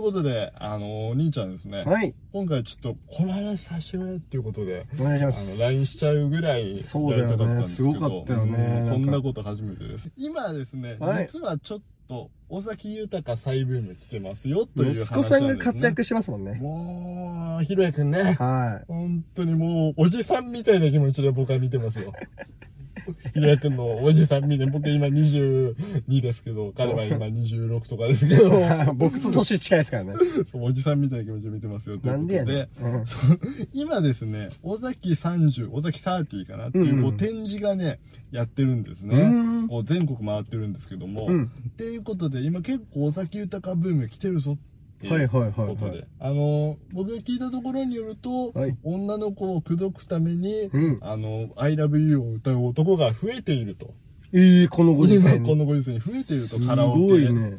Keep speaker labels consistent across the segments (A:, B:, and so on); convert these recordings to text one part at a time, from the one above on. A: ことで、あの、兄ちゃんですね。
B: はい。
A: 今回ちょっと、この話させてくれっていうことで、
B: お願いし
A: あ
B: ます。
A: の、LINE しちゃうぐらい、
B: そうだよね
A: やりたかったんですけど
B: すごかったよね
A: うん
B: なんか
A: こんなこと初めてです。今ですね、
B: はい
A: 実はちょっと、尾崎豊再ブーム来てますよ、という話
B: 息子さんが活躍してますもん
A: なんです
B: ね。
A: ね。もう、ひろやくんね。
B: は
A: 本当にもう、おじさんみたいな気持ちで僕は見て ますよ。ひろやくんのおじさん見て、僕今22ですけど、彼は今26とかですけど、
B: い。僕と年近いですからね。
A: そうおじさんみたいな気持ちで見てますよ、という
B: な
A: こ
B: ん
A: と
B: で
A: で
B: やねん。うん
A: そう今ですね、尾崎30、尾崎30かなっていう,、
B: うんうん
A: こう展示がね、やってるんですね。
B: うん
A: こう全国回ってるんですけども、
B: うん
A: っていうことで、今結構尾崎豊ブーム来てるぞって
B: はいいうはいはいは
A: こ
B: い
A: とで、あの、僕が聞いたところによると、
B: はい
A: 女の子を口説くために、
B: うん
A: あの、I love you を歌う男が増えていると。
B: ええ、このご時
A: 今
B: 世
A: こ
B: に。
A: のご時世に増えていると、
B: す
A: カラオケで。
B: ごいね。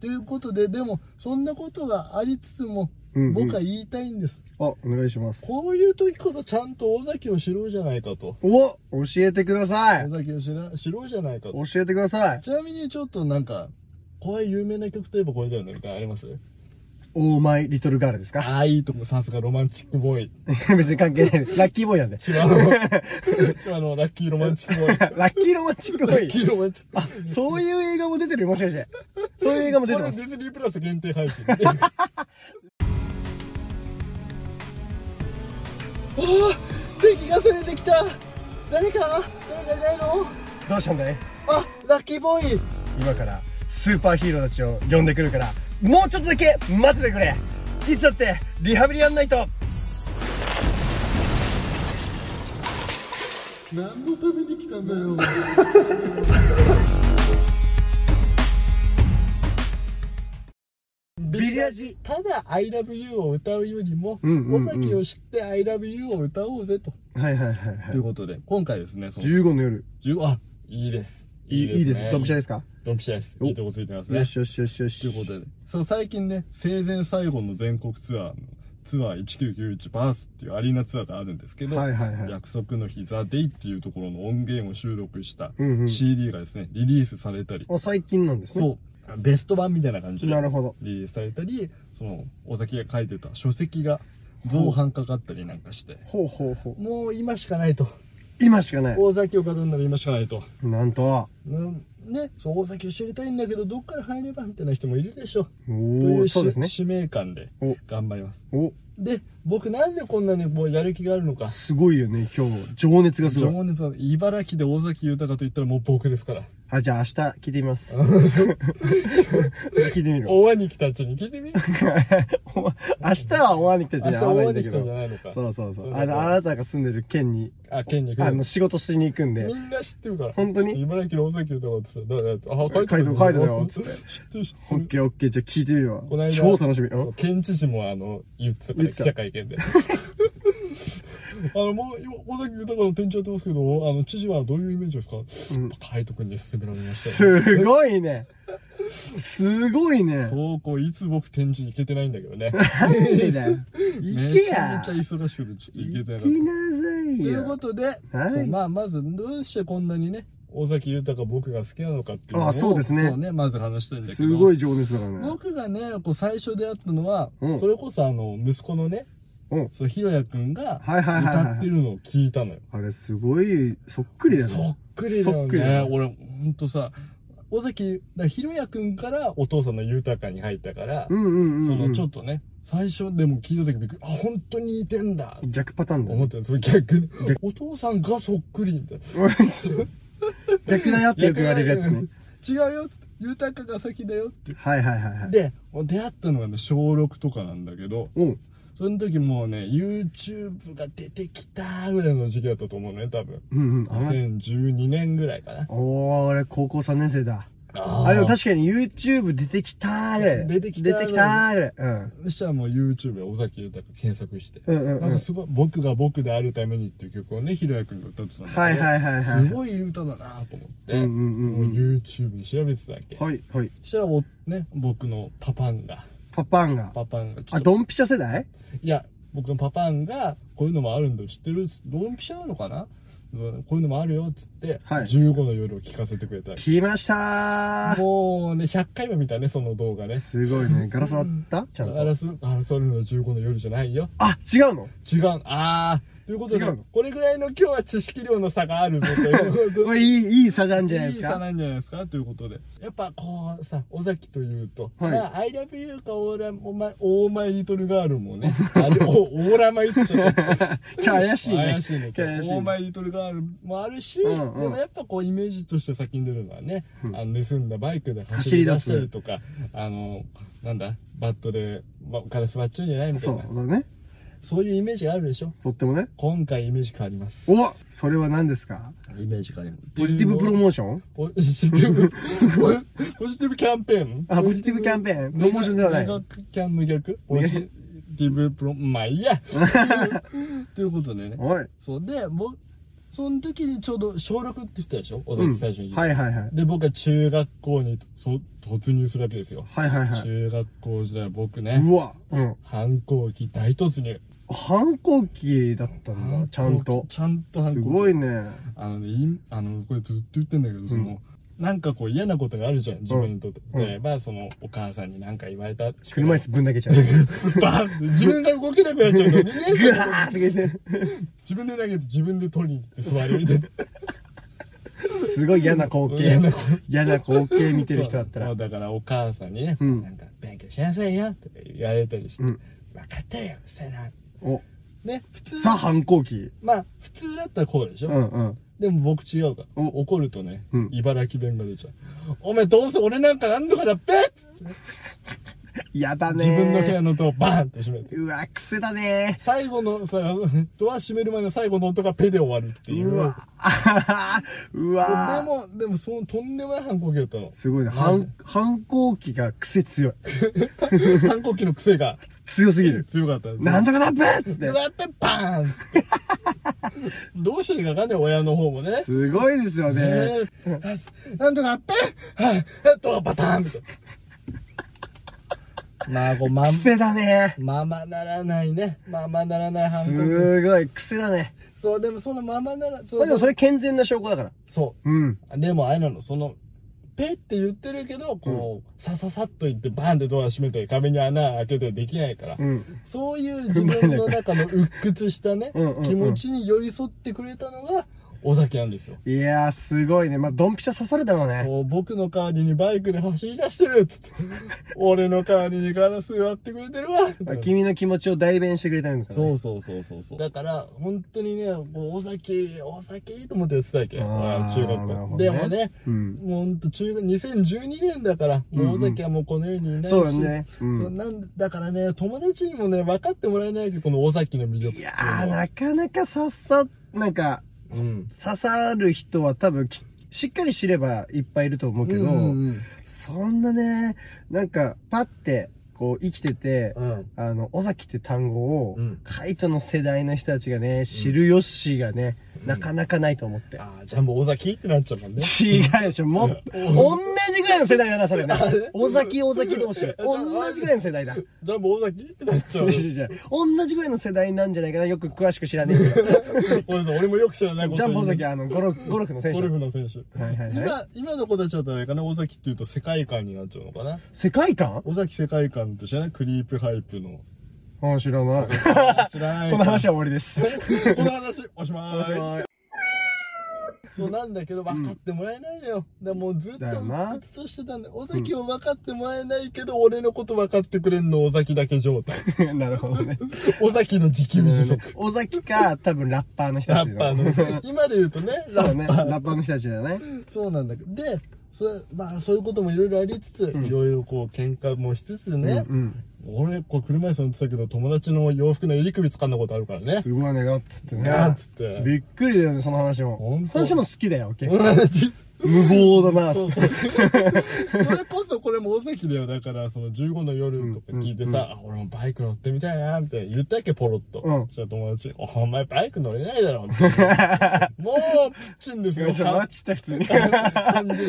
A: ということで、でも、そんなことがありつつも、
B: うんうん
A: 僕は言いたいんです。
B: あ、お願いします。
A: こういう時こそちゃんと尾崎を知ろうじゃないかと。
B: お教えてください
A: 尾崎を知ら知ろうじゃないかと。
B: 教えてください
A: ちなみにちょっとなんか、怖い有名な曲といえばこれだよねみたいなのあります
B: オーマイリトルガールですか
A: ああ、いいとこ、さすがロマンチックボーイ。
B: 別に関係ない。ラッキーボーイなんで。
A: 千葉の、千葉のラッキーロマンチックボーイ。ラ
B: ラッキーロマンチックボー
A: ッ
B: イ
A: キ。ーロマンチックボーイ。
B: そういう映画も出てるよもしかして。そういう映画も 出
A: こ
B: て
A: れ
B: ま
A: ディズ
B: す。
A: ニープラス限定配 信。ああ、敵が攻めてきた誰か誰かいないの
B: どうしたんだい
A: あ、ラッキーボーイ
B: 今からスーパーヒーローたちを呼んでくるから、もうちょっとだけ待っててくれいつだってリハビリやんないと
A: 何のために来たんだ よ
B: ビリヤジ
A: ただ「ILOVEYOU」を歌うよりも
B: うんうんうん
A: 尾崎を知って「ILOVEYOU」を歌おうぜと
B: はいはいはい
A: ということで今回ですねその
B: 15の夜。
A: 15あいいです
B: いいいいです
A: ね。
B: ドンピシャですか
A: ドンピシャです
B: お
A: いいとこついてますね
B: よしよしよしよし。
A: ということでそう最近ね生前最後の全国ツアーのツアー1991バースっていうアリーナツアーがあるんですけど、
B: はいはいはい
A: 約束の日ザ・デイっていうところの音源を収録した
B: うんうん
A: CD がですね、リリースされたり、
B: あ、最近なんですね。
A: そう。ベスト版みたいな感じで。
B: なるほど
A: リリースされたり、その、尾崎が書いてた書籍が造反かかったりなんかして。
B: ほうほうほう。
A: もう今しかないと。
B: 今しかない。
A: 大崎を語るなら今しかないと。
B: なんと。
A: うん、ね、そう、大崎を知りたいんだけど、どっから入ればみたいな人もいるでしょ。
B: お
A: という
B: ー、
A: し
B: そうですね。
A: 使命感で
B: お
A: 頑張ります。
B: お、
A: で、僕なんでこんなにもうやる気があるのか。
B: すごいよね、今日。情熱がすごい。
A: 情熱は茨城で大崎豊と言ったらもう僕ですから。
B: あ、じゃあ明日聞いてみ ます。聞いてみるわ。
A: 大兄貴たちに聞いてみ
B: 明日は大に来たじゃ
A: 明
B: ない
A: 日大兄貴たち
B: 会わないんだけ
A: じゃ
B: ど。
A: ないのか。
B: そうそうそう。
A: れ
B: あの、あなたが住んでる県に、
A: あ、県に来
B: あ
A: る
B: の、。仕事しに行くんで
A: み。んな知ってるから。
B: 本当に
A: 茨城の尾崎とかっつって、だから、あ、書いて
B: 書いてる書いてるよつって
A: 知ってる、知
B: オ
A: って
B: ッ
A: る。
B: ケーオッケー、じゃあ聞いてみるわ
A: この。間
B: 超楽しみ。
A: そう県知事もあの、言ってたから、
B: 言っ
A: 記
B: てた
A: 者会見で。あ の、もう、今、尾崎豊の店長やってますけど、あの、知事はどういうイメージですか海斗君に勧められましたよ。
B: すごいね。すごいね。
A: そうこう、いつ僕展示行けてないんだけどね。
B: なんでだよ。
A: め
B: 行け
A: ちゃ
B: や
A: めち。ゃ忙しくて、ちょっと行けてなか
B: 行き
A: った。
B: なさい
A: とい
B: よ
A: う。ことで、
B: はい
A: そうまあ、まず、どうしてこんなにね、尾崎豊が僕が好きなのかっていうのを
B: あそうですね
A: そうね、まず話したいんだけど。
B: すごい情熱だからね。
A: 僕がね、こう最初出会ったのは、
B: うん
A: それこそあの、息子のね、
B: うん。
A: そう、ひろやくんが、
B: はいはいはいはい
A: 歌ってるのを聞いたのよ。
B: あれすごい、そっくりだ
A: そっ
B: ね。
A: くりだ
B: そ
A: よ
B: っくりだ
A: ね
B: ね。
A: 俺、ほんとさ、尾崎、だひろやくんからお父さんの豊かに入ったから、
B: うんうんうんうん。
A: そのちょっとね、最初でも聞いた時びっくり、あ、本当に似てんだ。
B: 逆パターンだ
A: 思
B: ね。
A: ってたそれ逆に。お父さんがそっくりみたいな。
B: 逆だよってよく言われるやつね。
A: 違うよっつって、豊かが先だよって。
B: はいはいはいはい。
A: で、出会ったのがね、小6とかなんだけど、
B: うん。
A: その時もうね、YouTube が出てきたぐらいの時期だったと思うね、多分。
B: うんうん。あれ
A: 2012年ぐらいかな。
B: おー、俺高校3年生だ。
A: あ
B: あ、でも確かに YouTube 出てきたーぐらい。
A: 出てきたーぐらい
B: 出てきたーぐらい。うん。
A: そしたらもう YouTube で尾崎豊検索して、
B: うんうんうん
A: なんかすごい、僕が僕であるためにっていう曲をね、ひろやくんが歌ってたんだけど、
B: はいはいはいはい
A: すごい歌だなと思って、
B: うんうんうんうん
A: も YouTube で調べてたわけ。
B: はいはい。
A: そしたらお、ね、僕のパパンが、
B: パパンが。
A: パパンがちょ
B: あ、
A: っと、
B: ドンピシャ世代
A: いや、僕のパパンが、こういうのもあるんだよ、知ってるドンピシャなのかなうんこういうのもあるよ、っつって、
B: はい
A: 15の夜を聞かせてくれた。
B: 来ましたー
A: もうね、100回は見たね、その動画ね。
B: すごいね。ガラス割ったちゃん
A: ガ
B: と。
A: ラス、あそれの15の夜じゃないよ。
B: あ、違うの
A: 違う。あー。ということで
B: 違うの、
A: これぐらいの今日は知識量の差があるぞということで
B: これいい、いい差なんじゃないです
A: いい差
B: か
A: なんじゃないですかということで。やっぱこうさ、尾崎というと、
B: はい
A: まあ、I love you かオーラ、お前、オーマイリトルガールもね、 あれ、おオーラマイっちゃった。
B: 今日 怪しいね。
A: 怪しいね。オ
B: 今日怪しい
A: ー
B: ね
A: マイリトルガールもあるし、
B: うんうん
A: でもやっぱこうイメージとして先に出るのはね、あの盗んだバイクで
B: 走
A: 走
B: り
A: り
B: 出
A: 出
B: す
A: したりとか、あの、なんだ、バットで、ま、ガラス割っちゃうんじゃないみた
B: そ
A: いうな。
B: だね。
A: そういうイメージがあるでしょ
B: とってもね。
A: 今回イメージ変わります。
B: おそれは何ですか
A: イメージ変わります。
B: ポジティブプロモーション
A: ポジティブ、ポジティブキャンペーン
B: あポジティブキャンペーンプロモーションではない
A: ネガキャンの逆ポジティブプロ、まあいいや。ということでね。
B: おい。
A: そうで、僕、その時にちょうど小6って言ったでしょ小崎最初に、
B: はいはいはい。
A: で、僕は中学校にそ突入するわけですよ。
B: はいはいはい。
A: 中学校時代僕ね、
B: うわ。うん。
A: 反抗期大突入。
B: 反抗期だったんだ、ちゃんと。
A: ちゃんと反
B: す
A: 抗期。
B: ごいね。
A: あのね、いあの、これずっと言ってんだけど、その、なんかこう嫌なことがあるじゃん、自分にとって。
B: うん
A: 例えば、その、お母さんに何か言われた。
B: 車椅子ぶんだ けちゃう。
A: バーンって自分が動けなくなっちゃう の。逃げ
B: ぐ
A: る
B: わーって言って
A: 自分で投げて自分で取りに行って座るみたいな。
B: すごい嫌な光景
A: 嫌な。
B: 嫌な光景見てる人だった
A: そ
B: ら
A: う。だからお母さんにね、
B: うん
A: なんか勉強しなさいよとか言われたりして、
B: うん
A: 分かってるよ、せな。
B: お、
A: ね、普通、
B: さあ反抗期。
A: まあ、普通だったらこうでしょ、
B: うんうん。
A: でも僕違うから。
B: お
A: 怒るとね、
B: うん
A: 茨城弁が出ちゃう。お前どうせ俺なんかなんとかだっぺっつって
B: やだね
A: 自分の部屋のドアバーンって閉めて。
B: うわ、癖だね
A: 最後のさ、ドア閉める前の最後の音がペで終わるっていう。
B: うわ。あははう
A: で
B: わ
A: も、でもそのとんでもない反抗期だったの。
B: すごいね。反、反抗期が癖強い。
A: 反抗期の癖が
B: 強すぎる。
A: 強かったんですよ
B: なんとかだっぺっつっ
A: で。
B: て
A: やっぱりバーンどうしていいかわかんない親の方もね。
B: すごいですよね。
A: ねえなんとかあっぺはい、えっと、バターンみたいな。まあ、こう、まん、
B: 癖だね
A: ままならないね。ままならない反抗期。
B: すごい、癖だね。
A: そう、でもそのままなら、そ
B: まあ
A: う
B: でもそれ健全な証拠だから。
A: そう。
B: うん。
A: でもあれなの、その、ペって言ってるけど、こう、さささっと言ってバンってドア閉めて壁に穴開けてできないから、
B: うん。
A: そういう自分の中の鬱屈したね、
B: うんうんうん
A: 気持ちに寄り添ってくれたのが、尾崎なんですよ。
B: いやー、すごいね。まあ、ドンピシャ刺さるだろうね。
A: そう、僕の代わりにバイクで走り出してるっつって、 俺の代わりにガラス割ってくれてるわ
B: まあ君の気持ちを代弁してくれたんだから、。
A: そううそうそうそうそう。だから、本当にね、もう、尾崎、尾崎と思ってやってたわけ。
B: あー
A: 中学
B: なる
A: 校。
B: ほどね
A: でもね、
B: うん
A: もう本当中学、2012年だから、もう尾崎はもうこの世にいないし。
B: そうだね
A: そう
B: うん
A: なんだからね、友達にもね、分かってもらえないけど、この尾崎の魅力って
B: い
A: いう
B: や
A: の
B: ー、
A: は。
B: なかなか刺さ、なんか、
A: うん。
B: 刺さる人は多分き、しっかり知ればいっぱいいると思うけど、
A: うんうん
B: そんなね、なんか、パって、こう、生きてて、
A: うん
B: あの、尾崎って単語を、
A: うん
B: カイトの世代の人たちがね、知るよしがね、なかなかないと思って。
A: ああ、じゃあもう尾崎ってなっちゃうもんね。
B: 違うでしょ、もっと、同じぐらいの世代だな、それね
A: あれ。
B: 尾崎、尾崎 同士。同じぐらいの世代だ。
A: じゃあもう尾崎ってなっちゃ
B: そうう。そうそう同じぐらいの世代なんじゃないかな。よく詳しく知らねえけど。
A: ごめんなさい俺もよく知らないこと
B: ジャンボ尾
A: 言う
B: 崎、あの、ゴルフ、ゴルフの選
A: ゴル
B: 手。
A: フの選手。
B: はいはいは
A: 今、今の子たちだったらあれかな、尾崎っていうと世界観になっちゃうのかな。
B: 世界観
A: 尾崎世界観って知らないクリープハイプ の。
B: あ、知らない。
A: 知らない。
B: この話
A: は。
B: は終わりです。
A: この話、おしまーい。そうなんだけど、分かってもらえないのよ。だからもうずっと
B: だよな
A: うつとしてたんだ。尾崎を分かってもらえないけど、俺のこと分かってくれんの尾崎だけ状 態。
B: なるほど ね。
A: 尾崎の自給自足。
B: 尾崎か、多分ラッパーの人た
A: ラ
B: ち
A: ッパ
B: だ
A: ー
B: よね。
A: の。今で言うとね、
B: そ
A: ラ
B: うね。
A: ッ
B: ラ
A: パー。
B: ッパーの人たちだよね。
A: そうなんだけど。で、それまあ、そういうこともいろいろありつつ、いろいろこう、喧嘩もしつつね、
B: うん。
A: 俺、こう、車椅子乗ってたけど、友達の洋服の襟首掴んだことあるからね。
B: すごいね、ガッつってね。
A: ガッつって
B: びっくりだよね、その話も
A: ほ。んと
B: その話も好きだよ、結
A: 同
B: 構。
A: じ
B: 無謀だな、つ
A: そ
B: っ
A: う
B: て
A: そう。それこそこれも尾崎だよ。だから、その15の夜とか聞いてさ、あ、俺もバイク乗ってみたいな、みたいな言ったっけ、ポロッと。
B: うん
A: そしたら友達、お前バイク乗れないだろ、みたいなもう、プッチンです
B: ちょ
A: よ。
B: っと
A: 完
B: 待ちた、普通に。
A: 全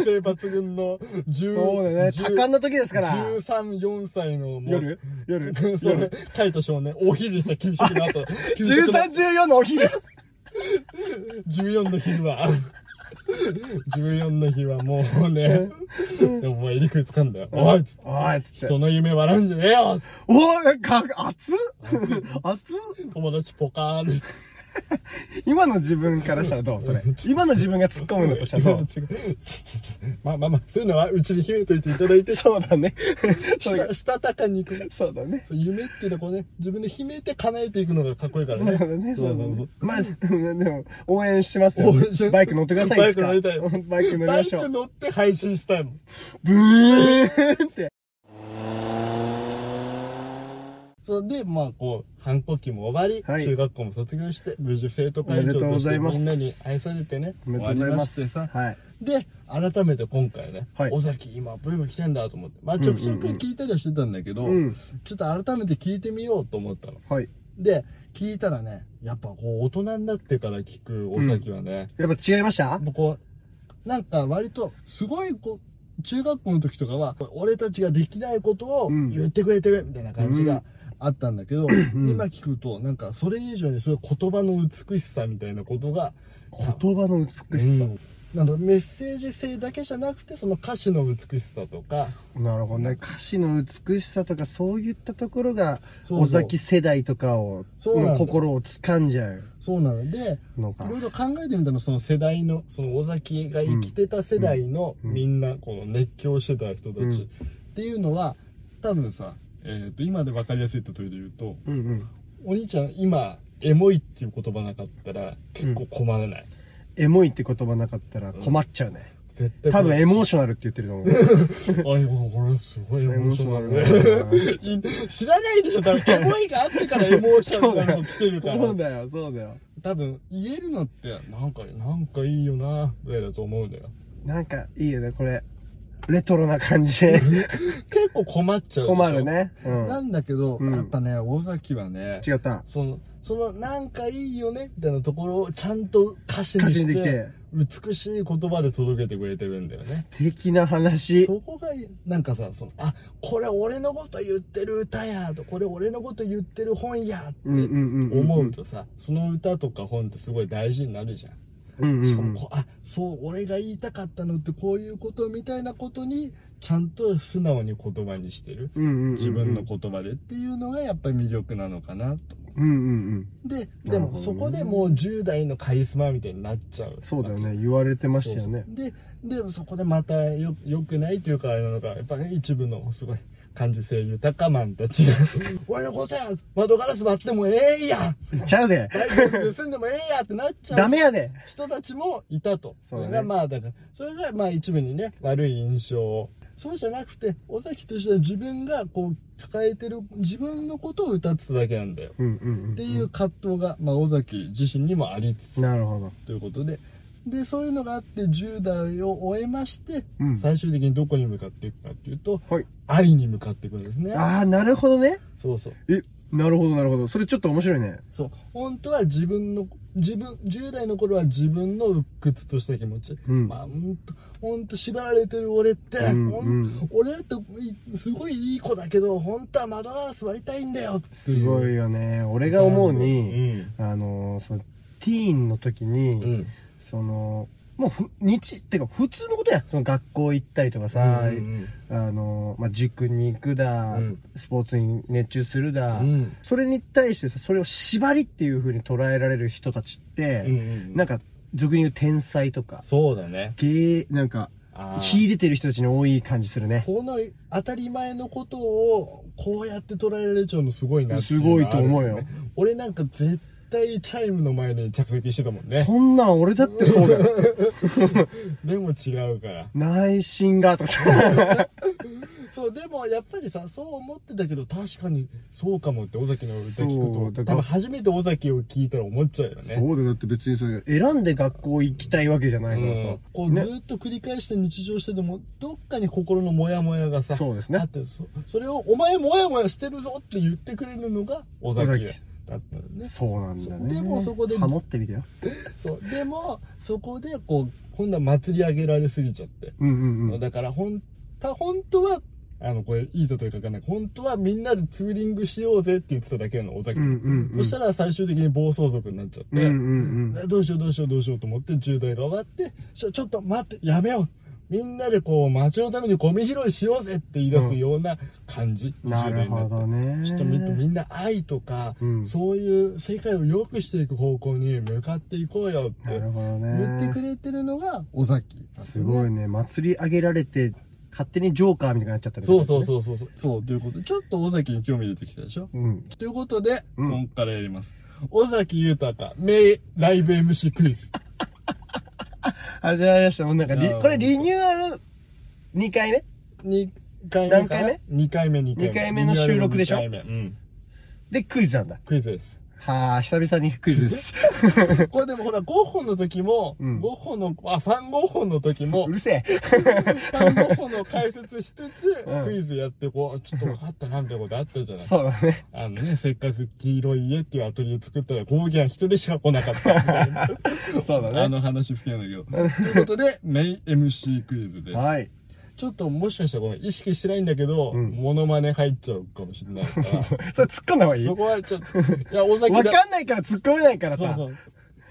A: 生罰軍の10、
B: そうだね、
A: 10
B: 多感な時ですから。
A: 13、4歳のもう
B: 夜夜
A: それ、カイト少年、お昼でした、給食の後。給食の
B: 13、14のお昼。
A: 14の日は、14の日はもうね、でもお前、入り食いつかんだよ。おいつって
B: おいっつって。
A: 人の夢笑うんじゃねえよつって
B: おい、か、熱っ熱っ
A: 友達ポカーンって
B: 今の自分からしたらどう それ。今の自分が突っ込むのとしたらどう
A: 違う ちちちまあまあまあ、そういうのはうちに秘めといていただいて、
B: そう だね。そ
A: し
B: れ
A: た
B: が
A: したたかに行く。
B: そうだね。
A: そう夢っていうのはこうね、自分で秘めて叶えていくのがかっこいいから
B: そう
A: ね。
B: だね。そうだ
A: そ
B: ね
A: う。
B: まあ、 でも、応援してますよ
A: 応援して。
B: バイク乗ってください。
A: バイ
B: つ
A: ク
B: か
A: 乗りたい。
B: バイク乗りましょ
A: バイ
B: う
A: ク。乗って配信したいもん。
B: ブーンって。
A: それで、まあ、こう、反抗期も終わり、
B: はい
A: 中学校も卒業して、無事生徒会長
B: おめでとう
A: と
B: ご
A: し
B: ざ
A: て
B: います
A: みんなに愛されてね、
B: お
A: 終
B: めで
A: わ
B: とう
A: り
B: ございま
A: まし
B: す。
A: てさ。
B: はい。
A: で、改めて今回ね、
B: はい
A: 尾崎今ブーム来てんだと思って、まあ、ちょくちょく聞いたりはしてたんだけど、
B: うん
A: ちょっと改めて聞いてみようと思ったの。
B: はい。
A: で、聞いたらね、やっぱこう、大人になってから聞く尾崎はね、
B: やっぱ違いました
A: 僕はなんか割とすごいこう中学校の時とかは俺たちができないことを
B: うん
A: 言ってくれてるみたいな感じがあったんだけど、今聞くとなんかそれ以上にすごい言葉の美しさみたいなことが、
B: 言葉の美しさ。
A: なんだろうメッセージ性だけじゃなくてその歌詞の美しさとか
B: なるほどね。歌詞の美しさとかそういったところが、
A: そうそう
B: 尾崎世代とかを、
A: そうなんだ
B: の心を掴んじゃう
A: そうなので
B: の
A: い
B: か。
A: ろいろ考えてみたのその世代のその尾崎が生きてた世代のみんなこの熱狂してた人た
B: うん
A: ちっていうのは多分さ、えー、と今で分かりやすい例えで言うと
B: うんうん。
A: お兄ちゃん今エモいっていう言葉なかったら結構困らない、
B: エモいって言葉なかったら困っちゃうね。
A: 絶対
B: 多分
A: エ
B: エモーショナルって言ってる と思う。
A: モいこれすごいエモーショナ
B: エモ
A: ルね知らないでしょ多分エモいがあってからエモーショナルがもう来てるから
B: そうだよ、そうだよ。
A: 多分言えるのってなんかなんかいいよなぐらいだと思うんだよ
B: なんかいいよね、これ。レトロな感 じで。
A: 結構困っちゃうでしょ
B: 困るね。うん。
A: なんだけど、
B: うん
A: やっぱね尾崎はね
B: 違った。
A: そのそのなんかいいよねみたいなところをちゃんと歌詞に
B: 歌詞
A: し
B: に
A: て
B: できて
A: 美しい言葉で届けてくれてるんだよね
B: 素敵な話。
A: そこがいいなんかさそのあこれ俺のこと言ってる歌やとこれ俺のこと言ってる本やって
B: うんうんうんうん。
A: 思うとさ、その歌とか本ってすごい大事になるじゃん
B: うんうん
A: しかもこうあそう俺が言いたかったのってこういうことみたいなことにちゃんと素直に言葉にしてる
B: うんうんうんうん。
A: 自分の言葉でっていうのがやっぱり魅力なのかなと
B: うんうんうん。
A: でで
B: なるほど
A: も
B: ね
A: そこでもう10代のカリスマみたいになっちゃう
B: そうだよね。言われてましたよね。
A: そうそうででそこでまたよよくないというかあれなのかやっぱり一部のすごい感受性豊かマンたちが 「俺のことや窓ガラス割ってもええやん
B: ちゃうで。
A: 大丈夫で住んでもええや!」ってなっちゃう
B: ダメやで。
A: 人たちもいたと。
B: そ
A: そう
B: だね
A: れがまあだから、それがまあ一部にね、悪い印象を。そうじゃなくて、尾崎としては自分がこう抱えてる自分のことを歌ってただけなんだよ。
B: うんうん
A: っていう葛藤が、まあ尾崎自身にもありつ
B: うん。
A: つ
B: なるほど。
A: ということで、で、そういうのがあって10代を終えまして、
B: うん
A: 最終的にどこに向かっていくかっていうと、
B: はい
A: 愛に向かっていくんですね。
B: ああ、なるほどね。
A: そうそう。
B: え、なるほどなるほど。それちょっと面白いね。
A: そう。本当は自分の、自分、10代の頃は自分の鬱屈とした気持ち。
B: うん
A: まあ、本当本当縛られてる俺って、
B: うん
A: ほん
B: うん
A: 俺だっていすごいいい子だけど、本当は窓ガラス割りたいんだよっていう。
B: すご
A: い。
B: いよね。俺が思うに、
A: う
B: あのー、その、ティーンの時に、
A: うん。
B: その、もうふ、日、ってか普通のことやん。その学校行ったりとかさ、
A: うんうん
B: あの、まあ、塾に行くだ、
A: うん
B: スポーツに熱中するだ、
A: うん
B: それに対してさ、それを縛りっていう風に捉えられる人たちって、
A: うんうんうん
B: なんか、俗に言う天才とか、
A: そうだね。
B: 芸、なんか、
A: あー
B: 秀でてる人たちに多い感じするね。
A: この当たり前のことをこうやって捉えられちゃうのすごいなってうの
B: すごい
A: が
B: と
A: ある
B: 思
A: ね
B: うよ
A: 俺なんか絶対チャイムの前に着席してたもんね
B: そんなん俺だってそうだ よ。
A: でも違うから
B: 内心が、とかさ。
A: そうでもやっぱりさそう思ってたけど確かにそうかもって尾崎の歌聞
B: そう
A: く
B: だ
A: と
B: か
A: 多分
B: ら
A: 初めて尾崎を聞いたら思っちゃうよね
B: そうだよ、だって別にそれ、選んで学校行きたいわけじゃな
A: う
B: いからさ
A: ん。こうず
B: ね
A: ーっと繰り返して日常してでもどっかに心のモヤモヤがさ
B: そうですね
A: あってそそれを「お前モヤモヤしてるぞ」って言ってくれるのが尾崎
B: 尾崎
A: だったのね
B: そうなんだね。
A: でもそこで
B: ハモってみてよ。
A: そうでもそこでこう今度は祭り上げられすぎちゃって、
B: うんうんうん。
A: だからほんた本当はああの、これ、いいとというかわかんない。本当はみんなでツーリングしようぜって言ってただけなの、尾崎
B: うん
A: 君。
B: うんうん。
A: そしたら最終的に暴走族になっちゃって、
B: うんうんうん。
A: でどうしようどうしようどうしようと思って渋滞が終わって、ちょ、ちょっと待って、やめよう。みんなでこう、街のためにゴミ拾いしようぜって言い出すような感じ。
B: なるほどね。
A: ちょっとみみんな愛とか、
B: うん
A: そういう世界を良くしていく方向に向かっていこうよって
B: なるほど
A: 言ってく
B: ね。
A: れてるのが尾崎なんです
B: す
A: よね、
B: ごいね。祭り上げられて、勝手にジョーカーみたいになっちゃったみたい
A: そ
B: な
A: う
B: ね
A: そうそうそうそうそうということでちょっと尾崎に興味出てきたでしょ
B: うん。
A: ということで、
B: うん
A: 今からやります尾崎豊名ライブ MC クイズ
B: あ、じゃあ、やした。もうなんかリ
A: あー、
B: これリニューアル2回目
A: 2回目かな
B: 何
A: 2
B: 回
A: 回目2回目
B: 二回目の収録でしょ
A: 二回目うん
B: で、クイズなんだ。
A: クイズ です
B: はあ、久々にクイズです。
A: これでもほらゴッホの時も、
B: ん
A: ゴッホのあファンゴッホの時も
B: うるせ
A: 単語法の解説しつつ、
B: うん
A: クイズやってこう、ちょっと分かったなみたいなことあったじゃ
B: え。
A: ない。
B: そうだね。
A: あのね、せっかく黄色い家っていうアトリエ作ったら、ゴーギャン一人しか来なかったみたいな。
B: そうだね
A: あの話好きなんだけど。ということで、メイン MC クイズです。
B: はい。
A: ちょっともしかしたらごめん、意識してないんだけど、
B: ん
A: モノマネ入っちゃうかもしれないから、
B: それ突っ込んだ方がいい
A: そ
B: わ
A: こはちょっと、いや、尾崎だ。
B: かんないから突っ込めないから
A: そう
B: さ。
A: そう。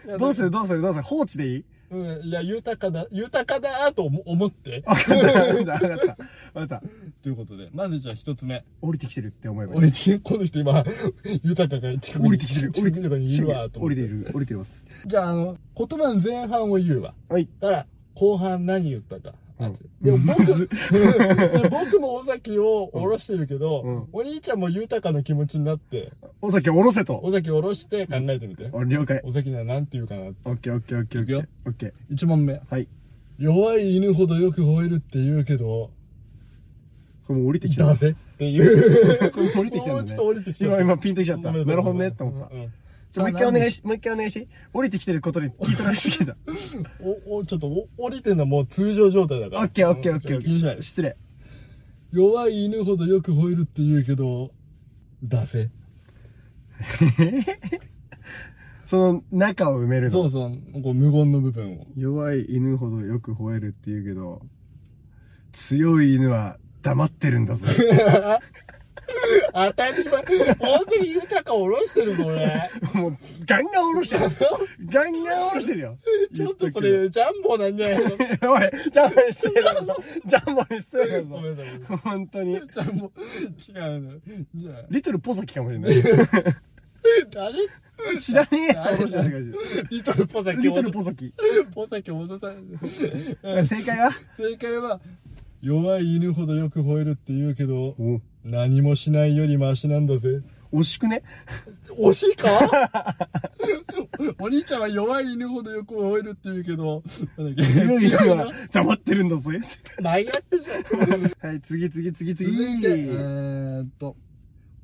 A: いや
B: どうするどうするどうする放置でいい
A: うん、いや、豊かだ、豊かだと思思って。
B: わかった。わかった。わかった。
A: ということで、まずじゃあ一つ目。
B: 降りてきてるって思えばいい。
A: 俺、この人今、 豊かが近くに
B: 降りてきてる。
A: 近くとかにいるわ、と
B: 降
A: 思っ
B: りて
A: て。
B: る。降りてます。
A: じゃあ、あの、言葉の前半を言うわ。
B: はい。
A: だから、後半何言ったか。
B: ん
A: でも僕、
B: む
A: で
B: ず
A: 僕も尾崎を下ろしてるけど、
B: うん
A: お兄ちゃんも豊かな気持ちになって、
B: お酒降ろせと。
A: 尾崎を下ろして考えてみて。
B: お了解。
A: 尾崎なら何て言うかな。
B: オッケーオッケーオッケ
A: い
B: ーオッケー
A: くよ。
B: オッケー。
A: 一問目。
B: はい。
A: 弱い犬ほどよく吠えるって言うけど、
B: これもう降りてきた。
A: だぜっていう。
B: これもう降りてきた
A: も
B: ん
A: うち
B: だ
A: ょっと降
B: ね。
A: りてきちゃった
B: 今、今ピンときちゃっ
A: ご
B: た。
A: めんな
B: な
A: さい
B: るほどね、って思った。
A: うんうん
B: ちょもう一回お願いし、もう一回お願いし。降りてきてることに聞いて もらいすぎた。
A: お、お、ちょっと、お降りてんのはもう通常状態だか
B: オ
A: ら。
B: ッケーオッケーオッケー
A: う
B: オ
A: ん気にしない
B: ッケー。失礼。
A: 弱い犬ほどよく吠えるって言うけど、だぜ。
B: その中を埋めるの。
A: そうそう、こう無言の部分を。
B: 弱い犬ほどよく吠えるって言うけど、強い犬は黙ってるんだぞ。
A: 当たり前。本当に豊かを下ろしてるぞ、 俺。
B: もう、ガンガン下ろしてる。 ガンガン下ろしてるよ。
A: ちょっとそ
B: 言
A: れ、ジャンボなんじゃないの
B: っとく けど。おい、ジャンボに失礼だぞ。ジャンボに失礼だ
A: ごめんなさい
B: ぞ。本当に。
A: ジャンボ、違うの。じゃあ、
B: リトルポサキかもしれない。
A: 誰
B: 知らねえやつ下ろしてるかもし
A: リトルポサ
B: れ
A: キ。
B: ない。リトルポサキ。
A: ポサキ戻さん。
B: 正解は
A: 正解は、弱い犬ほどよく吠えるって言うけど、
B: お
A: 何もしないよりマシなんだぜ。
B: 惜しくね
A: 惜しいか お兄ちゃんは弱い犬ほどよく吠えるって言うけど、 なんだっけ
B: 強い犬
A: 強い
B: は黙ってるんだぜ。
A: な真逆じゃん。
B: はい、次次次次。
A: 続いて、えーっと、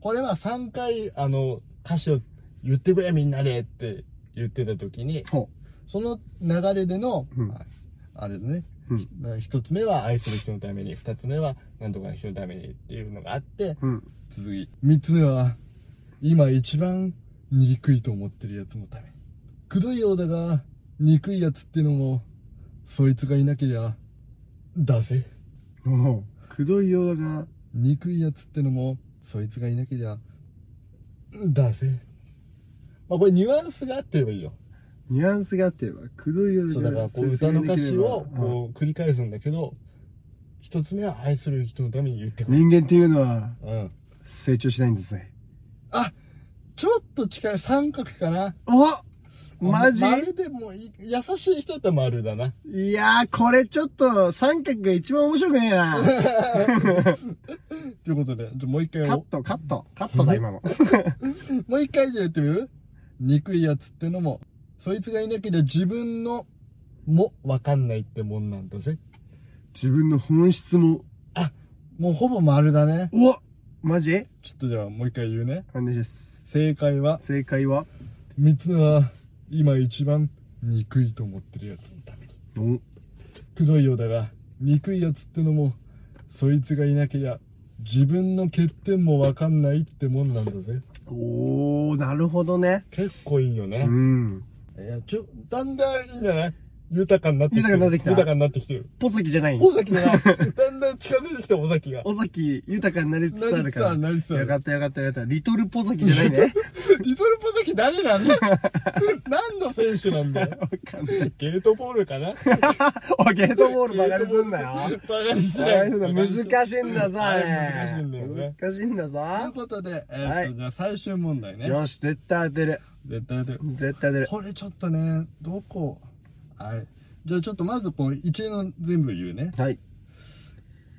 A: これは3回、あの、歌詞を言ってくれみんなでって言ってた時に、
B: ほ
A: その流れでの、
B: うん
A: ああれだね、
B: う
A: ひ一つ目は愛する人のために、二つ目はなんとかの人のためにっていうのがあって、
B: う。うん。
A: 続き三つ目は今一番憎いと思ってるやつのためくどいようだが憎いやつってのもそいつがいなけりゃだぜ
B: おうくどいようだな。
A: 憎いやつってのもそいつがいなけりゃだぜまあこれニュアンスがあってればいいよ
B: ニュアンスがあってれば、くどいよう
A: そうだからこう歌の歌詞をこう繰り返すんだけど一つ目は愛する人のために言ってくれ、
B: 人間っていうのは
A: うん、
B: 成長しないんですね。
A: あちょっと近い三角かな
B: おマジ
A: 丸でもいい、優しい人だったら丸だな。
B: いやー、これちょっと三角が一番面白くねえな。
A: ということで、じゃあもう一回
B: カッ
A: お、
B: ト、カット、カットだ、今の。
A: もう一回じゃあやってみる憎いやつってのも、そいつがいなければ自分のもわかんないってもんなんだぜ。
B: 自分の本質も。
A: もうほぼ丸だね。
B: おマジ
A: ちょっとじゃあもう一回言うね。
B: お願いします。
A: 正解は、
B: 正解は
A: 三つ目は、今一番憎いと思ってるやつのために。
B: お
A: くどいようだが、憎いやつってのも、そいつがいなけりゃ、自分の欠点もわかんないってもんなんだぜ。
B: おー、なるほどね。
A: 結構いいよね。
B: うん。
A: いや、ちょ、だんだんいいんじゃない豊かになってきてる。
B: 豊かになってきた
A: 豊かになってきてる。
B: ポソキじゃない
A: 尾崎 が、だんだん近づいてきた尾崎が。
B: 尾崎豊かになりつつ
A: な
B: あるから。
A: りつつあるなりつつある
B: よかったよかったよかった。リトルポソキじゃないね。
A: リトルポソキ誰なん だ何の選手なんだよ
B: わかんない。
A: ゲートボールかな
B: おいゲートボールバカにすんなよ。
A: バカにし
B: バ
A: な
B: カ
A: い。
B: にすんな難しいんだぞ、あれ。
A: 難しいんだよね。
B: 難しいん
A: と
B: だ
A: いう
B: ぞ。
A: ことで、え
B: は
A: ーっと、
B: い
A: じゃあ最終問題ね。
B: よし、絶対当てる。
A: 絶対当てる。
B: 絶対当てる。
A: これちょっとね、どこはい。じゃあちょっとまずこう、一連の全部言うね。
B: はい。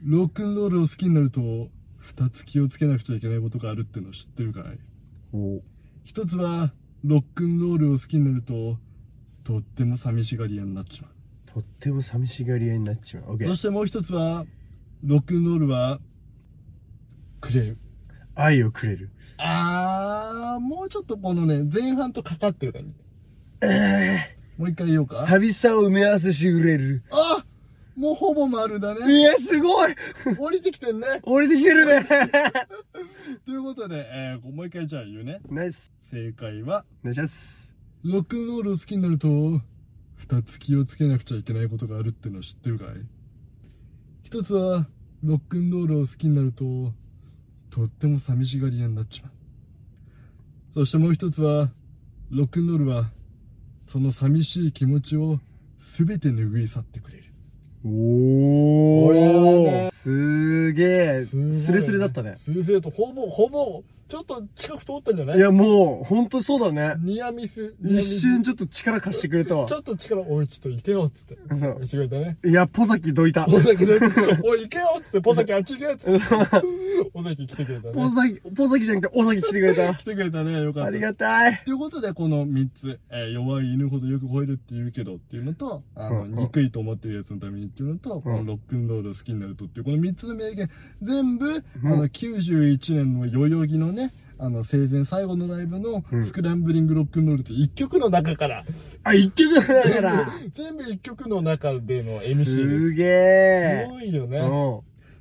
A: ロックンロールを好きになると、二つ気をつけなくちゃいけないことがあるっての知ってるかい
B: お
A: 一つは、ロックンロールを好きになると、とっても寂しがり屋になっちまう。
B: とっても寂しがり屋になっちまう。オッケ
A: そ
B: ー。
A: してもう一つは、ロックンロールは、くれる。
B: 愛をくれる。
A: あー、もうちょっとこのね、前半とかかってる感じ。もう一回言おうか。
B: 寂しさを埋め合わせしてくれる。
A: あもうほぼ丸だね。
B: いや、すごい
A: 降りてきてんね。
B: 降りてきてるね
A: ということで、えー、もう一回じゃあ言うね。
B: ナイス。
A: 正解は、
B: お願いします。
A: ロックンロールを好きになると、二つ気をつけなくちゃいけないことがあるってのは知ってるかい一つは、ロックンロールを好きになると、とっても寂しがり屋になっちまう。そしてもう一つは、ロックンロールは、その寂しい気持ちをすべて拭い去ってくれる。
B: お
A: これはね
B: すーげえ。
A: すごいね
B: スレスレだったね。
A: スレスレと、ほぼ、ほぼ、ちょっと近く通ったんじゃない
B: いや、もう、ほんとそうだね。
A: ニアミス。ニアミ
B: 一
A: ス
B: 瞬ちょっと力貸してくれたわ
A: ち。ょっと力、おい、ちょっと行けよ、つって。
B: そう
A: してくれたね。
B: いや、ポザキどいた。
A: ポザキで、おい、行けよっつって、ポザキあっち行けよっつ って。ポザキ来てくれた
B: ポ
A: ね。
B: ザキ、ポザキじゃなくて、オザキ来てくれた
A: 来。てくれたね、よかった。
B: ありがたい。
A: ということで、この3つ、えー弱い犬ほどよく吠えるって言うけどっていうのと、あの、
B: うん
A: 憎いと思ってるやつのためにっていうのと、このロックンロールを好きになるとっていう、この3つの名言、全部、あの、91年の代々木のね、あの、生前最後のライブの、スクランブリングロックンロールって1曲の中から、
B: あ、一曲だ から。
A: 全部1曲の中での MC です。
B: すげ
A: す
B: え。
A: ごいよね。
B: う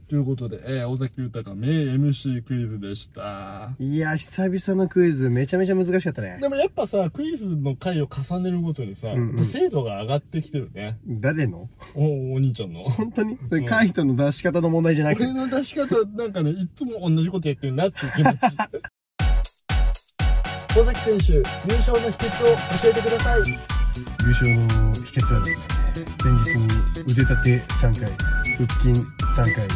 A: ということで、えー、尾崎豊名 MC クイズでした。
B: ん。いや、久々のクイズ、めちゃめちゃ難しかったね。
A: でもやっぱさ、クイズの回を重ねるごとにさ、
B: んうん
A: やっぱ精度が上がってきてるね。
B: 誰の
A: お、お兄ちゃん の。
B: 本当にそれカイトの出し方の問題じゃなくて
A: 俺。の出し方、なんかね、いつも同じことやってるなっていう気持ち。尾崎選手、優勝の秘訣を教えてください。
B: 優勝の秘訣はですね前日に腕立て3回腹筋3回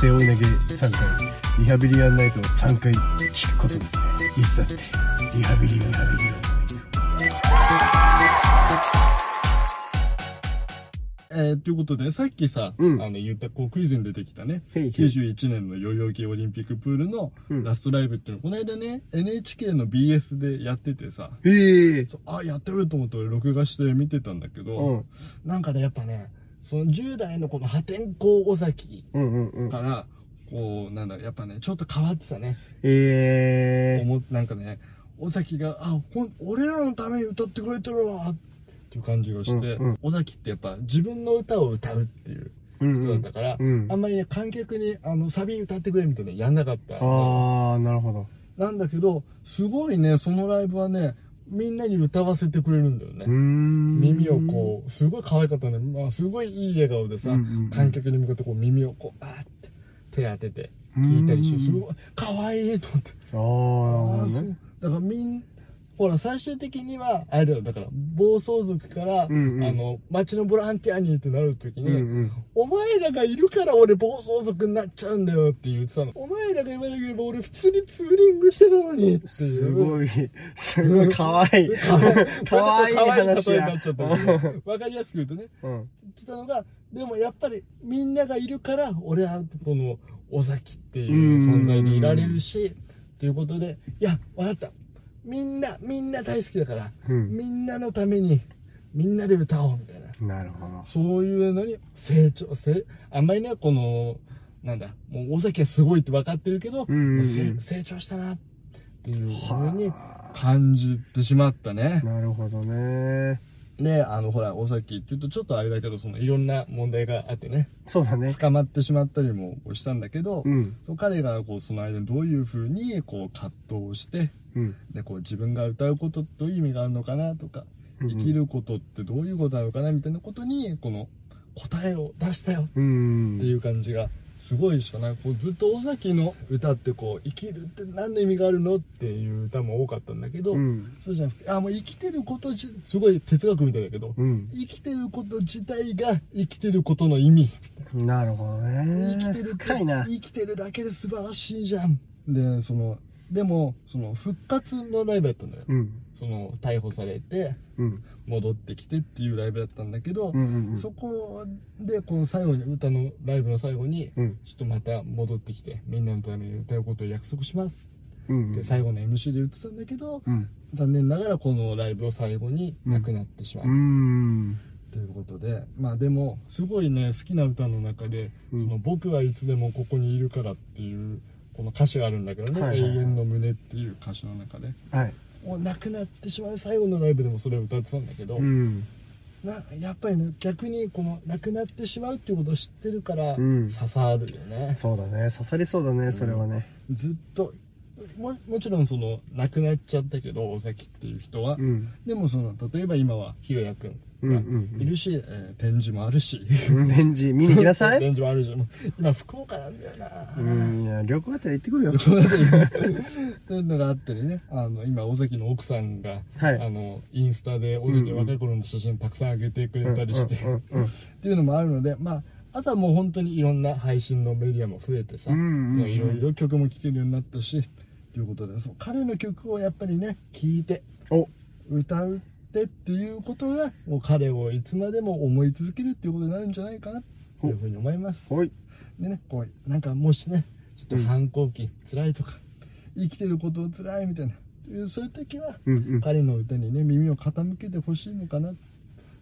B: 背負い投げ3回リハビリやんないと3回聞くことですねいつだってリハビリリハビリ
A: えー、ということで、さっきさ、
B: うん
A: あの、言った、こう、クイズに出てきたね、
B: へいへい
A: 91年の代々木オリンピックプールの
B: うん
A: ラストライブっていうの、この間ね、NHK の BS でやっててさ、
B: ええ
A: そうあ、やってると思って俺録画して見てたんだけど、
B: うん
A: なんかね、やっぱね、その10代のこの破天荒尾崎
B: うんうんうん
A: から、こう、なんだろう、やっぱね、ちょっと変わってたね。
B: ええ
A: 思っなんかね、尾崎が、あ、ほん、俺らのために歌ってくれてるわっていう感じがして、
B: うんうん
A: 尾崎ってやっぱ自分の歌を歌うっていう
B: うん
A: 人
B: う
A: だっ
B: ん
A: たから、
B: うんうん
A: あんまりね、観客に、あの、サビ歌ってくれみたいなのやんなかった。
B: ああなるほど
A: なんだけど、すごいね、そのライブはね、みんなに歌わせてくれるんだよね。
B: うーん
A: 耳をこう、すごい可愛かったね。まあ、すごいいい笑顔でさ、
B: うんうんうん
A: 観客に向かってこう耳をこう、あーって手当てて聞いたりして、
B: うん
A: すごい可愛いと思って。
B: ああな
A: あー
B: るほ
A: そ
B: ど
A: う
B: ね
A: だからみん、ほら、最終的には、あれだよ、だから、暴走族から、
B: んうん
A: あの、町のボランティアにってなるときに、
B: うんうん
A: お前らがいるから俺暴走族になっちゃうんだよって言ってたの。お前らが言わなければ俺普通にツーリングしてたのにっていう。
B: すごい、すごい、かわいい。かわいい話
A: 例えに
B: や
A: なっ。ちゃったけ ど。わかりやすく言うとね。
B: うん。
A: 言ってたのが、でもやっぱりみんながいるから、俺はこの尾崎っていう存在でいられるし、ということで、いや、わかった。みんな、みんな大好きだから、
B: うん
A: みんなのために、みんなで歌おう、みたいな。
B: なるほど。
A: そういうのに成長、せあんまりね、この、なんだ、もう尾崎はすごいって分かってるけど、
B: うんうんうん
A: せ成長したな、っていうふうに感じてしまったね。
B: なるほどね。
A: ね、あの、ほら、尾崎って言うとちょっとあれだけど、その、いろんな問題があってね、
B: そうだね。
A: 捕まってしまったりもしたんだけど、
B: うん
A: そう彼が、こう、その間にどういうふうに、こう、葛藤をして、
B: うん。
A: で、こう、自分が歌うことどういう意味があるのかなとか、
B: うん
A: 生きることってどういうことなのかなみたいなことにこの答えを出したよ
B: う
A: っ
B: ん
A: ていう感じがすごいしたなこうずっと尾崎の歌ってこう生きるって何の意味があるのっていう歌も多かったんだけど、
B: うん
A: そうじゃなくてあもう生きてることじすごい哲学みたいだけど、
B: うん
A: 生きてること自体が生きてることの意味
B: なるほどね
A: 生きてる
B: 深いな
A: 生きてるだけで素晴らしいじゃんでそのでもその復活のライブやったんだよ、
B: うん
A: その逮捕されて
B: うん
A: 戻ってきてっていうライブだったんだけど、
B: うんうんうん
A: そこでこの最後に歌のライブの最後に、
B: うん
A: ちょっとまた戻ってきてみんなのために歌うことを約束します
B: う
A: って
B: ん
A: 最後の MC で言ってたんだけど、
B: うん
A: 残念ながらこのライブを最後になくなってしまう、
B: うん
A: ということでまあでもすごいね好きな歌の中で「
B: うん
A: その僕はいつでもここにいるから」っていうこの歌詞があるんだけどね「
B: はいはいはい
A: 永遠の胸」っていう歌詞の中で
B: はい
A: もうなくなってしまう最後のライブでもそれを歌ってたんだけど、
B: うん
A: なやっぱりね逆にこのなくなってしまうっていうことを知ってるから
B: うん
A: 刺さるよね、
B: そうだね刺さりそうだねそれはね
A: ずっとももちろんその亡くなっちゃったけど尾崎っていう人は、
B: うん
A: でもその例えば今はひろやくんがいるし、えー展示もあるし
B: レンジ見に行き なさい
A: 展示もあるしもう今福岡なんだよな、
B: うんいや旅行だったら行ってこいよ
A: そういうのがあったりねあの今尾崎の奥さんが、
B: はい
A: あのインスタで尾崎の若い頃の写真たくさん上げてくれたりして、
B: うんうんうん
A: っていうのもあるのでまああとはもう本当にいろんな配信のメディアも増えてさ、
B: うんうんうん
A: いろいろ曲も聴けるようになったしということでそう彼の曲をやっぱりね聴いて
B: お
A: 歌うってっていうことがもう彼をいつまでも思い続けるっていうことになるんじゃないかなというふうに思います
B: ほい
A: でねこうなんかもしねちょっと反抗期辛いとか生きてることを辛いみたいないうそういう時は
B: うんうん
A: 彼の歌にね耳を傾けてほしいのかな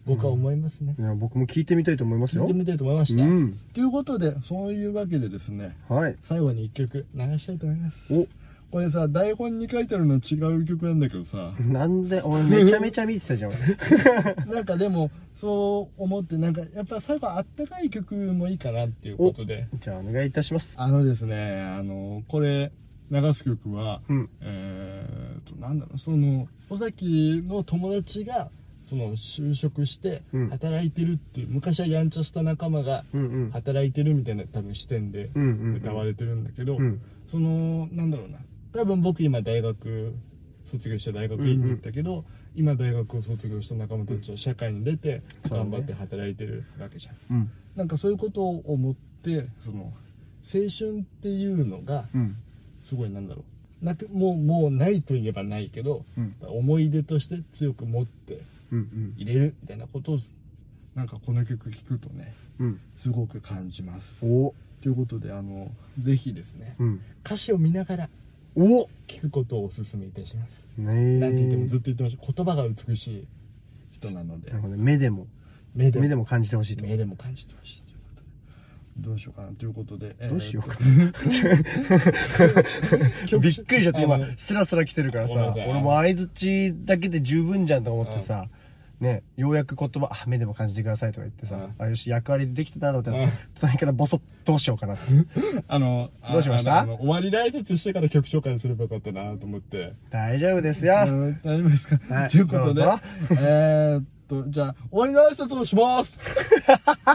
A: 僕は思いますね
B: いや僕も聞いてみたいと思います
A: 聞
B: よ
A: いてみたいと思いました、
B: うん
A: ということでそういうわけでですね
B: はい
A: 最後に1曲流したいと思います
B: お
A: これさ台本に書いてあるの違う曲なんだけど さ
B: なんで俺めちゃめちゃ見てたじゃん 俺
A: なんかでもそう思ってなんかやっぱ最後あったかい曲もいいかなっていうことで
B: じゃあお願いいたします
A: あのですねあのこれ流す曲は、
B: うん
A: えーっとなんだろうその尾崎の友達がその就職して
B: うん
A: 働いてるっていう、昔はやんちゃした仲間が
B: うんうん
A: 働いてるみたいな多分視点で
B: うんうんうん
A: 歌われてるんだけど、
B: うん
A: そのなんだろうな多分僕今大学卒業して大学院に行ったけど、今大学を卒業した仲間たちは社会に出て
B: そうだね
A: 頑張って働いてるわけじゃん、
B: うん
A: なんかそういうことを思ってその青春っていうのが
B: うん
A: すごいなんだろうなくもうもうないといえばないけど、
B: うん
A: 思い出として強く持って
B: うん
A: 入れるみたいなことをなんかこの曲聴くとね
B: うん
A: すごく感じます
B: お
A: ということであのぜひですね、
B: うん
A: 歌詞を見ながら
B: お
A: 聞くことをお勧めいたします、
B: ねえ
A: なんて言ってもずっと言ってました言葉が美しい人なので
B: なるほどね目でも
A: 目でも
B: 目でも感じてほしいと
A: 目でも感じてほしいということでどうしようかなということで、えー
B: どうしようか
A: 曲
B: びっくりしちゃって今
A: あの
B: スラスラ来てるから
A: ごめんな
B: さ
A: さい
B: 俺も相づちだけで十分じゃんと思ってさねようやく言葉あ目でも感じてくださいとか言ってさ
A: う
B: あよし役割できてたなと思
A: う
B: っ
A: ん
B: て隣からボソッどうしようかなって
A: あのあ
B: どうしました
A: あのあの終わりの挨拶してから曲紹介すればよかったなと思って
B: 大丈夫です
A: あ
B: よ
A: の大丈夫ですか、
B: はい
A: ということで
B: どうぞ
A: えーっとじゃあ終わりの挨拶をします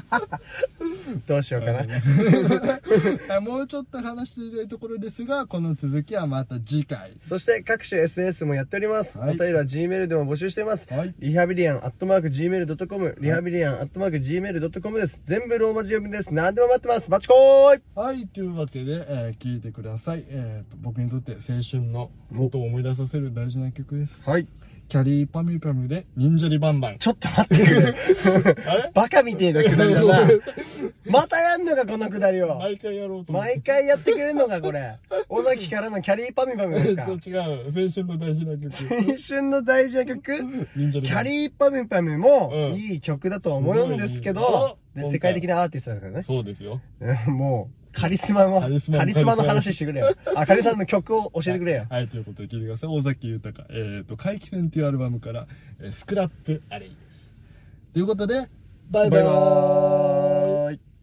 B: どうしようかな
A: はいもうちょっと話していたいところですがこの続きはまた次回
B: そして各種 SNS もやっております。
A: はい
B: お便りは Gmail でも募集しています。
A: はい
B: リハビリアンアットマーク Gmail.com、リハビリアンアットマーク Gmail.com です。全部ローマ字読みです。何でも待ってます。バチコーイ
A: はい、というわけで、えー聞いてください。えーと、僕にとって青春のことを思い出させる大事な曲です。
B: はい。
A: キャリーパミュパミュで、忍者リバンバン。
B: ちょっと待ってくれ。
A: あれ
B: バカみてえなくだりだな。またやんのか、このくだりを。
A: 毎回やろうと思って。
B: 毎回やってくれるのか、これ。尾崎からのキャリーパミュパミュです か
A: そ。う違う。青春の大事な曲。
B: 青春の大事な曲
A: 忍者リ
B: キャ
A: バンバン。
B: リーパミュパミュも
A: うん
B: いい曲だと思うんですけ
A: すごい
B: ど、
A: いい
B: で
A: よ
B: 世界的なアーティストだから ね。
A: そうですよ。
B: え もう、カリスマの、
A: カ
B: カ
A: リ
B: リ
A: ス
B: ス
A: マ
B: マ
A: の
B: の話してくれよ。あかりさんの曲を教えてくれよ。
A: はい、ということで聞いてください。大崎豊。えーと、怪奇戦というアルバムから、えースクラップアレイです。ということで、バイバ
B: バイ
A: バイバーイ
B: バーイ。